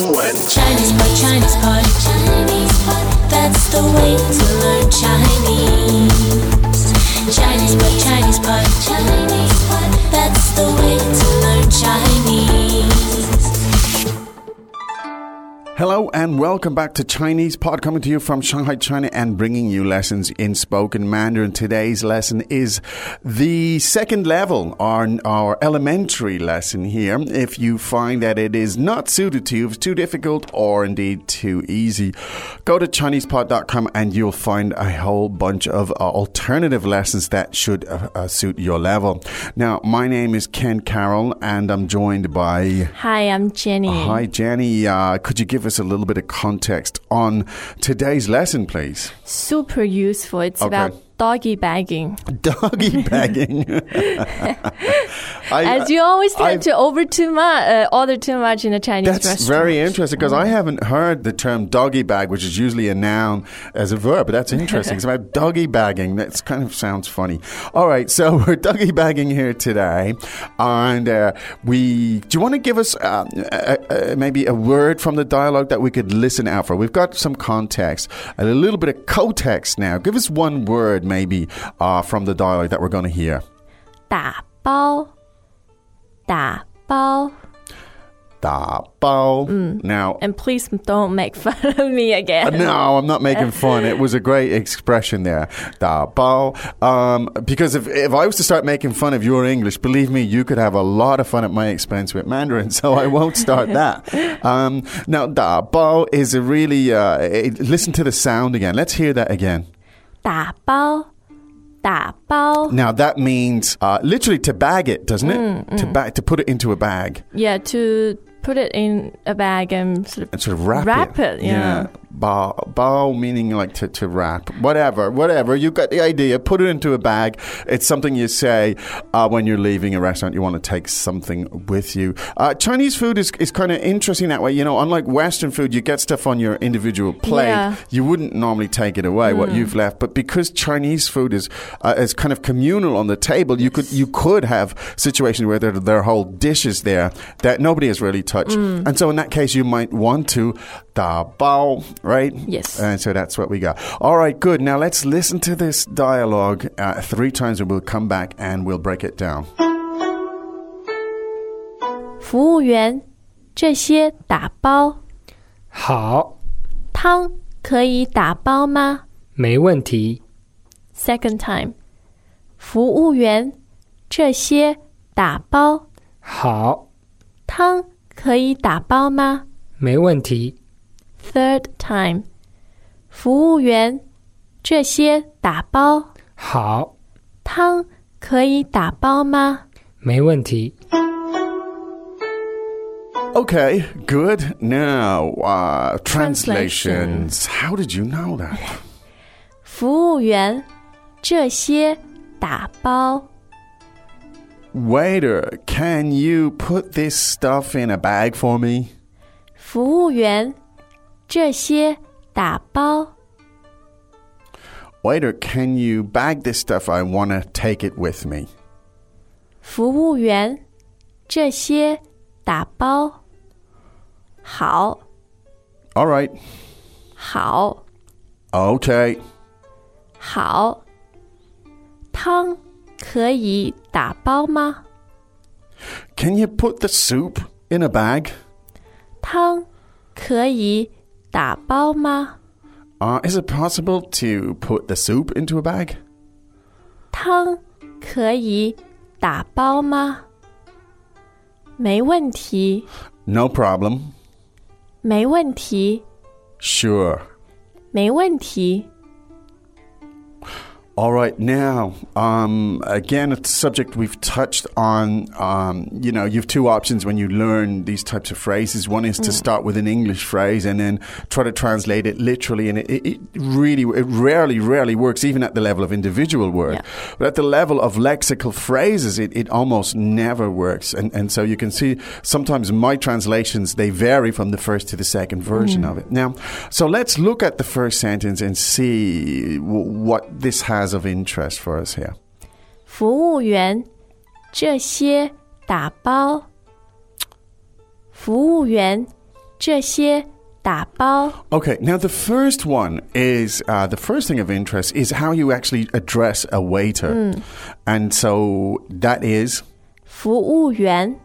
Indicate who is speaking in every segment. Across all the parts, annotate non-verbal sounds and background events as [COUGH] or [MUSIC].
Speaker 1: Chinese pot, Chinese pot, Chinese pot. That's the way to learn Chinese. Chinese pot, Chinese pot, Chinese pot. That's the way to learn Chinese.
Speaker 2: Hello and welcome back to Chinese Pod, coming to you from Shanghai, China, and bringing you lessons in spoken Mandarin. Today's lesson is the second level, our, our elementary lesson here. If you find that it is not suited to you, if it's too difficult or indeed too easy, go to ChinesePod.com and you'll find a whole bunch of uh, alternative lessons that should uh, uh, suit your level. Now, my name is Ken Carroll, and I'm joined by.
Speaker 3: Hi, I'm Jenny.
Speaker 2: Hi, Jenny. Uh, could you give us a little bit of context on today's lesson,
Speaker 3: [LAUGHS]
Speaker 2: please?
Speaker 3: Super useful. It's
Speaker 2: Okay.
Speaker 3: about doggy bagging.
Speaker 2: Doggy bagging. I-
Speaker 3: As you always tend
Speaker 2: I've-
Speaker 3: to over too much, uh, order too much in a Chinese
Speaker 2: That's
Speaker 3: restaurant.
Speaker 2: very interesting because I haven't heard the term doggy bag, which is usually a noun as a verb. But that's interesting. it's about doggy bagging. That kind of sounds funny. All right, so [LAUGHS] we're doggy bagging here today, and uh, we. Do you want to give us uh, uh, uh, maybe a word from the dialogue that we could listen out for? We've got some context, a little bit of co-text now. Give us one word maybe uh, from the dialogue that we're going to hear.
Speaker 3: 打包,打包.
Speaker 2: 打包. Now,
Speaker 3: And please don't make [LAUGHS] fun of me
Speaker 2: Uh,
Speaker 3: again.
Speaker 2: no, I'm not making fun. It was a great expression there. Da bao. Um, because if, if I was to start making fun of your English, believe me, you could have a lot of fun at my expense with Mandarin, [LAUGHS] so I won't start that. Um, now, da bao is a really, uh, it, listen to the sound again. Let's hear that again.
Speaker 3: 打包,打包.
Speaker 2: Now, that means uh, literally to bag it, doesn't it? to, ba- to put it into a bag
Speaker 3: Yeah, to put it in a bag and sort of
Speaker 2: and sort of wrap,
Speaker 3: Wrap it, yeah.
Speaker 2: Bao, bao meaning like to, to wrap. Whatever, whatever. You got the idea. Put it into a bag. It's something you say uh, when you're leaving a restaurant. You want to take something with you. Uh, Chinese food is, is kind of interesting that way. You know, unlike Western food, you get stuff on your individual plate.
Speaker 3: Yeah.
Speaker 2: You wouldn't normally take it away, what you've left. But because Chinese food is, uh, is kind of communal on the table, you could, you could have situations where there, there are whole dishes there that nobody has really touched. And so in that case, you might want to da bao, right?
Speaker 3: Yes.
Speaker 2: And so that's what we got. All right, good. Now let's listen to this dialogue uh, three times and we'll come back and we'll break it down.
Speaker 3: 服务员，这些打包汤可以打包吗？
Speaker 4: 好，没问题。
Speaker 3: Second time，服务员，这些打包
Speaker 4: 好，
Speaker 3: 汤可以打包吗
Speaker 4: 没问题。
Speaker 3: ？Third time，服务员，这些打包
Speaker 4: 好，
Speaker 3: 汤可以打包吗？
Speaker 4: 没问题。
Speaker 2: Okay, good. Now, uh, translations.
Speaker 3: Translations.
Speaker 2: How did you know that?
Speaker 3: 服务员，这些打包
Speaker 2: Waiter, can you put this stuff in a bag for me?
Speaker 3: 服务员，这些打包
Speaker 2: Waiter, can you bag this stuff? I want to take it with me.
Speaker 3: 服务员，这些打包好
Speaker 2: All right.
Speaker 3: 好。
Speaker 2: Okay.
Speaker 3: 好，汤可以打包吗？
Speaker 2: Can you put the soup in a bag?
Speaker 3: 汤可以打包吗？
Speaker 2: Uh, is it possible to put the soup into a bag?
Speaker 3: 汤可以打包吗？没问题，
Speaker 2: No problem.
Speaker 3: 没问题，
Speaker 2: Sure.
Speaker 3: 没问题。
Speaker 2: All right, now, um, again, it's a subject we've touched on. Um, you know, you have two options when you learn these types of phrases. One is to start with an English phrase and then try to translate it literally, and it, it it really, it rarely, rarely works, even at the level of individual word. But at the level of lexical phrases, it, it almost never works. And, and so you can see sometimes my translations, they vary from the first to the second version of it. Now, so let's look at the first sentence and see w- what this has of interest for us here.
Speaker 3: 服务员，这些打包。服务员，这些打包。
Speaker 2: Okay, now the first one is uh, the first thing of interest is how you actually address a waiter. And so that is
Speaker 3: 服务员，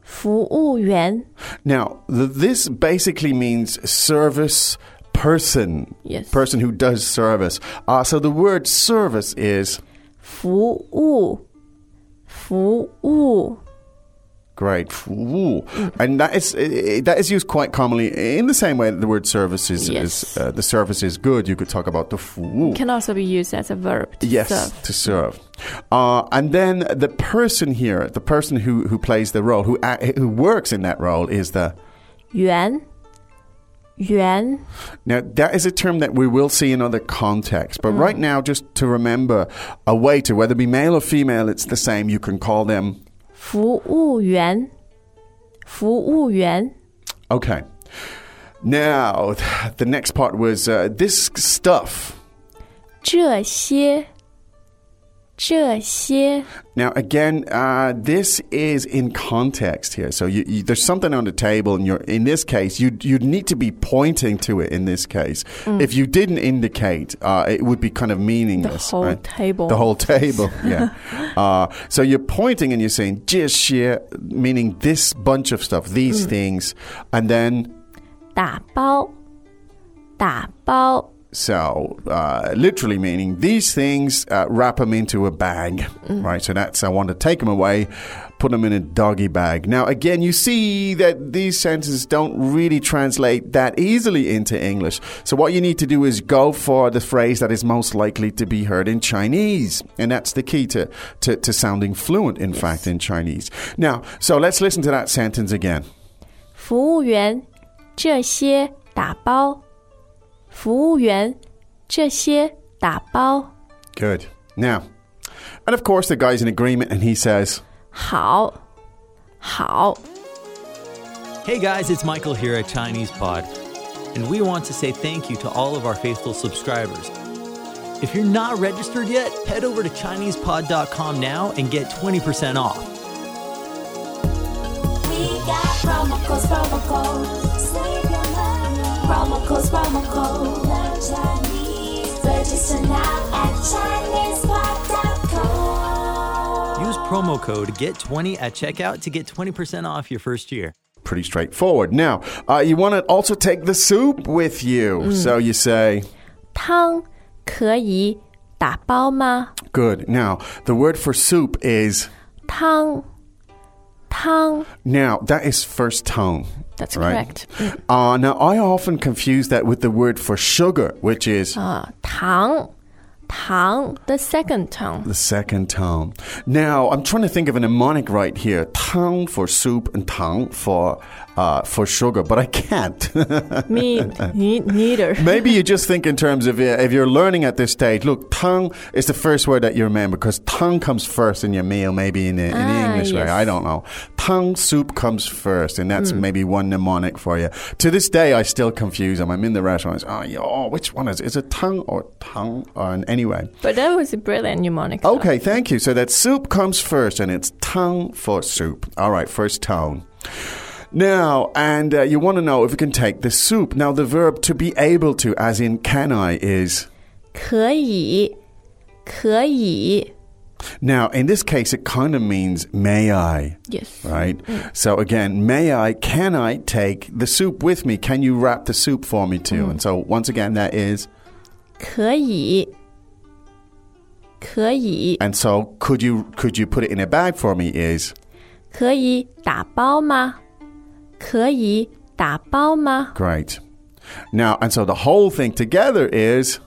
Speaker 3: 服务员。
Speaker 2: now th- this basically means service person,
Speaker 3: Yes.
Speaker 2: person who does service. Uh, so the word service is
Speaker 3: 服务，服务，
Speaker 2: Great. Woo.
Speaker 3: Mm.
Speaker 2: And that is i- i- that is used quite commonly in the same way that the word service is, is
Speaker 3: Yes.
Speaker 2: uh, the service is good. You could talk about the fu.
Speaker 3: can also be used as a verb. to
Speaker 2: Yes,
Speaker 3: serve.
Speaker 2: to serve. Uh, and then the person here, the person who, who plays the role, who ac- who works in that role, is the.
Speaker 3: 员，员，
Speaker 2: Now, that is a term that we will see in other contexts, but right now, just to remember, a waiter, whether it be male or female, it's the same. You can call them
Speaker 3: 服务员，服务员，
Speaker 2: Okay. Now, the next part was uh, this stuff.
Speaker 3: 这些，这些
Speaker 2: Now, again, uh, this is in context here. So you, you, there's something on the table, and you're, in this case, you'd, you'd need to be pointing to it in this case.
Speaker 3: Mm.
Speaker 2: If you didn't indicate, uh, it would be kind of
Speaker 3: the
Speaker 2: meaningless.
Speaker 3: whole
Speaker 2: right?
Speaker 3: table.
Speaker 2: The whole
Speaker 3: [LAUGHS]
Speaker 2: table, yeah. uh, so you're pointing and you're saying, just share, meaning this bunch of stuff,
Speaker 3: Mm.
Speaker 2: these things. And then
Speaker 3: 打包，打包，
Speaker 2: So, uh, literally meaning these things, uh, wrap them into a bag, right? So that's I want to take them away, put them in a doggy bag. Now, again, you see that these sentences don't really translate that easily into English. So what you need to do is go for the phrase that is most likely to be heard in Chinese, and that's the key to to, to sounding fluent, in fact, in Chinese. Now, so let's listen to that sentence again.
Speaker 3: 服务员，这些打包。服务员，这些打包。
Speaker 2: Good. Now, and of course, the guy's in agreement, and he says.
Speaker 3: 好，好，
Speaker 5: Hey guys, it's Michael here at Chinese Pod, and we want to say thank you to all of our faithful subscribers. If you're not registered yet, head over to ChinesePod.com now and get 20% off.
Speaker 1: We got promo codes, promo codes. Save your money. Promo codes, promo codes. Learn Chinese. Register now at ChinesePod.com.
Speaker 5: Use promo code GET20 at checkout to get 20% off your first year.
Speaker 2: pretty straightforward. Now, uh, you want to also take the soup with you.
Speaker 3: Mm.
Speaker 2: So you say,
Speaker 3: 汤可以打包吗？
Speaker 2: good. Now, the word for soup is
Speaker 3: 汤，汤
Speaker 2: now, that is first tone.
Speaker 3: That's correct. Mm.
Speaker 2: Uh, now, I often confuse that with the word for sugar, which is
Speaker 3: 啊，糖，糖，the second tone，
Speaker 2: the second tone. Now, I'm trying to think of a mnemonic right here tang for soup and tang for, uh, for sugar, but I can't. [LAUGHS]
Speaker 3: me ne- neither。
Speaker 2: Maybe you just think in terms of uh, if you're learning at this stage. Look, tongue is the first word that you remember because tongue comes first in your meal, maybe in, the, in the
Speaker 3: Ah,
Speaker 2: English way.
Speaker 3: yes. Hmm.
Speaker 2: I don't know. Tongue soup comes first, and that's maybe one mnemonic for you. To this day, I still confuse them. I'm in the restaurant. It's, oh, yeah, oh, which one is it? Is it tongue or tongue? Or, and anyway,
Speaker 3: [LAUGHS] But that was a brilliant mnemonic. though.
Speaker 2: okay, thank you. So that soup comes first, and it's tongue for soup. All right, first tone. Now, and uh, you want to know if you can take the soup. Now, the verb to be able to, as in can I, is.
Speaker 3: 可以，可以
Speaker 2: Now, in this case, it kind of means may I,
Speaker 3: ，yes，
Speaker 2: right? So again, may I, can I take the soup with me? Can you wrap the soup for me too? And so, once again, that is.
Speaker 3: 可以，可以，
Speaker 2: And so, could you could you put it in a bag for me? Is
Speaker 3: 可以打包吗？可以打包吗？
Speaker 2: great. Now, and so the whole thing together is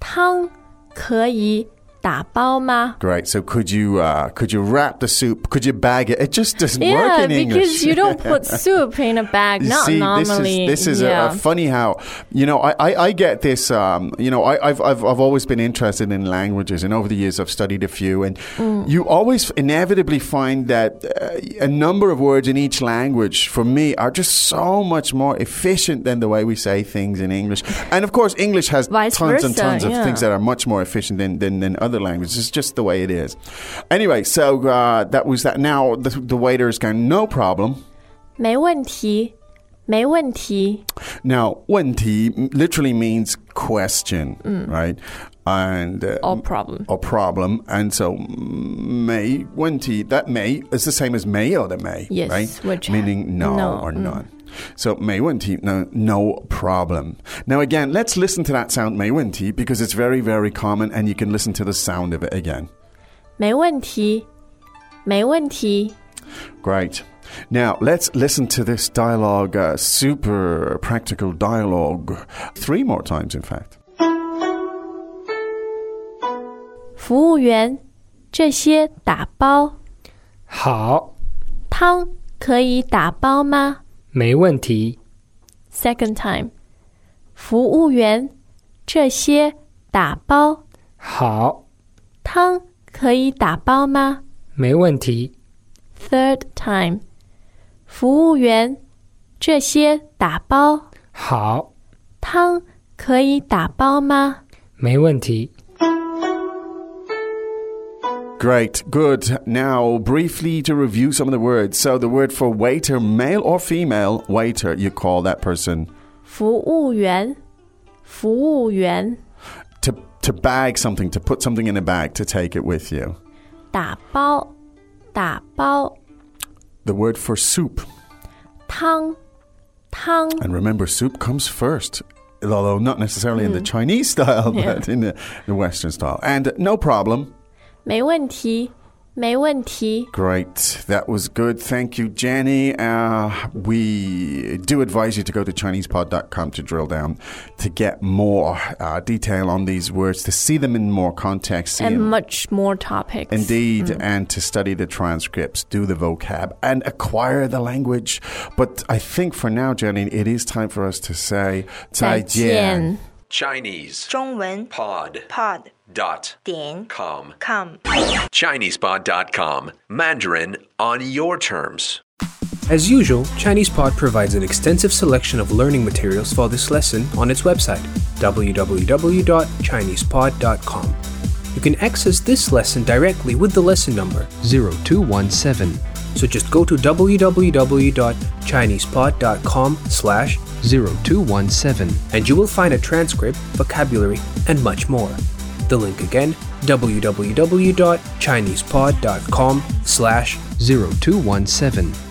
Speaker 3: 汤可以打包吗
Speaker 2: Great. So could you uh, could you wrap the soup? Could you bag it? It just doesn't work
Speaker 3: Yeah,
Speaker 2: in English.
Speaker 3: because you don't put soup in a bag.
Speaker 2: [LAUGHS] You
Speaker 3: Not
Speaker 2: see,
Speaker 3: normally.
Speaker 2: this is, this is a-
Speaker 3: yeah.
Speaker 2: a, funny how you know I, I, I get this um, you know I, I've, I've I've always been interested in languages and over the years I've studied a few and
Speaker 3: Mm.
Speaker 2: you always inevitably find that uh, a number of words in each language for me are just so much more efficient than the way we say things in English and of course English has
Speaker 3: Vice
Speaker 2: tons and
Speaker 3: versa,
Speaker 2: tons of
Speaker 3: yeah.
Speaker 2: things that are much more efficient than, than, than other languages. It's just the way it is. Anyway, so uh, that was that. Now the, the waiter is going, no problem.
Speaker 3: 没问题，没问题。
Speaker 2: Now, 问题 literally means question,
Speaker 3: Mm.
Speaker 2: right? And uh,
Speaker 3: Or problem.
Speaker 2: Or problem. And so, mm, may, 问题, that may is the same as may or the may,
Speaker 3: Yes,
Speaker 2: right?
Speaker 3: which-
Speaker 2: Meaning no,
Speaker 3: no,
Speaker 2: or
Speaker 3: mm.
Speaker 2: not. So, 没问题, no, no problem. Now, again, let's listen to that sound, 没问题, because it's very, very common and you can listen to the sound of it again.
Speaker 3: 没问题，没问题，
Speaker 2: Great. Now, let's listen to this dialogue, uh, super practical dialogue, three more times, in fact.
Speaker 3: 服务员，这些打包。
Speaker 4: 好，
Speaker 3: 汤可以打包吗
Speaker 4: 没问题，
Speaker 3: ？Second time，服务员，这些打包。
Speaker 4: 好，
Speaker 3: 汤可以打包吗
Speaker 4: 没问题，
Speaker 3: ？Third time，服务员，这些打包。
Speaker 4: 好，
Speaker 3: 汤可以打包吗？
Speaker 4: 没问题，
Speaker 2: Great, good. Now, briefly to review some of the words. So, the word for waiter, male or female, waiter, you call that person.
Speaker 3: 服务员，服务员，
Speaker 2: To, to bag something, to put something in a bag, to take it with you.
Speaker 3: 打包，打包。
Speaker 2: The word for soup,
Speaker 3: 汤，汤
Speaker 2: and remember, soup comes first, although not necessarily in the Chinese [LAUGHS] style, but in the, the Western style. And no problem.
Speaker 3: 没问题，没问题。
Speaker 2: Great. That was good. Thank you, Jenny. Uh, we do advise you to go to ChinesePod.com to drill down to get more uh, detail on these words, to see them in more context. see
Speaker 3: And
Speaker 2: them-
Speaker 3: much Mm. more topics.
Speaker 2: Indeed, and to study the transcripts, do the vocab, and acquire the language. But I think for now, Jenny, it is time for us to say
Speaker 3: 再见。
Speaker 6: Chinese
Speaker 7: 中文
Speaker 6: pod
Speaker 7: pod
Speaker 6: dot
Speaker 7: 点
Speaker 6: com
Speaker 7: com。
Speaker 6: ChinesePod.com Mandarin on your terms.
Speaker 8: As usual, ChinesePod provides an extensive selection of learning materials for this lesson on its website, www.chinesepod.com. You can access this lesson directly with the lesson number
Speaker 9: 0217
Speaker 8: so just go to www.chinesepod.com slash
Speaker 9: 0217
Speaker 8: and you will find a transcript, vocabulary, and much more. The link again, www.chinesepod.com slash
Speaker 9: 0217